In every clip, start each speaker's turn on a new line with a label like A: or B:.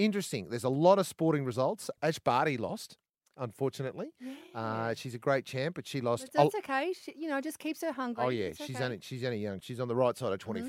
A: interesting. There's a lot of sporting results. Ash Barty lost, unfortunately.
B: Oh.
A: Uh, she's a great champ, but she lost.
B: But that's okay. She, you know, just keeps her hungry.
A: Oh yeah,
B: It's
A: she's
B: okay. Mm-hmm.
A: only she's only young. She's on the right side of twenty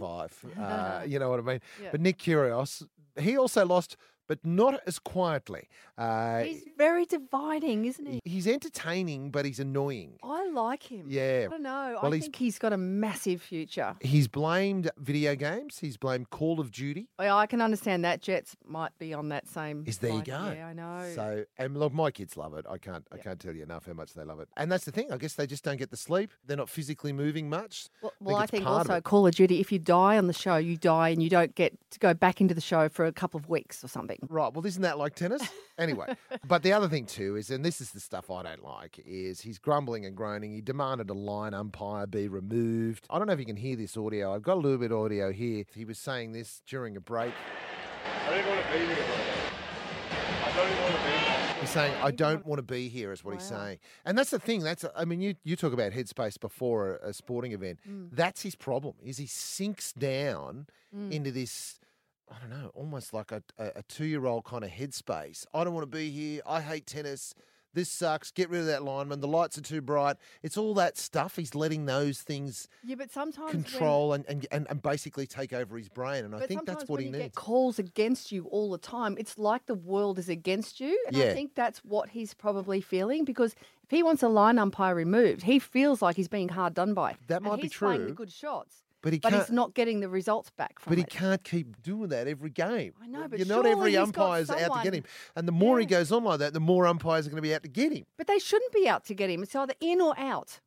A: Uh, you know what I mean. But Nick Kyrgios, he also lost, but not as quietly. Uh,
B: He's very dividing, isn't he?
A: he's entertaining, but he's annoying.
B: I like him.
A: Yeah.
B: I don't know.
A: Well,
B: I
A: he's-
B: think he's got a massive future.
A: He's blamed video games. He's blamed Call of Duty.
B: Yeah, I can understand that. Jets might be on that same.
A: Is there you
B: line.
A: go?
B: Yeah, I know.
A: So and look, my kids love it. I can't I can't tell you enough how much they love it. And that's the thing. I guess they just don't get the sleep. They're not physically moving much.
B: well, well, I
A: it's
B: think
A: part of
B: also
A: it.
B: Call of Duty. If you die on the show, you die, and you don't get to go back into the show for a couple of weeks or something.
A: Right. Well, isn't that like tennis? Anyway, but the other thing too is, and this is the stuff I don't like, is he's grumbling and groaning. He demanded a line umpire be removed. I don't know if you can hear this audio. I've got a little bit of audio here. He was saying this during a break.
C: I don't want to be here. I don't want to be here.
A: He's saying, "I don't want to be here," is what he's
B: Wow.
A: saying, and that's the thing. That's I mean, you you talk about headspace before a, a sporting event.
B: Mm.
A: That's his problem. Is he sinks down
B: Mm.
A: into this. I don't know, almost like a, a, a two year old kind of headspace. I don't want to be here. I hate tennis. This sucks. Get rid of that lineman. The lights are too bright. It's all that stuff. He's letting those things
B: Yeah, but sometimes when-
A: control and, and, and, and basically take over his brain. And I
B: but
A: think that's
B: sometimes
A: what he
B: when you
A: needs.
B: Get calls against you all the time. It's like the world is against you, and
A: Yeah.
B: I think that's what he's probably feeling because if he wants a line umpire removed, he feels like he's being hard done by.
A: That
B: And
A: might be
B: he's playing the
A: true,
B: good shots,
A: but he
B: but he's
A: can't-
B: not getting the results back from
A: But he
B: it.
A: can't keep doing that every game.
B: I know, but
A: You're not every
B: surely he's got
A: umpire's out to get
B: someone-
A: him. And the more he
B: Yeah.
A: goes on like that, the more umpires are going to be out to get him.
B: But they shouldn't be out to get him. It's either in or out.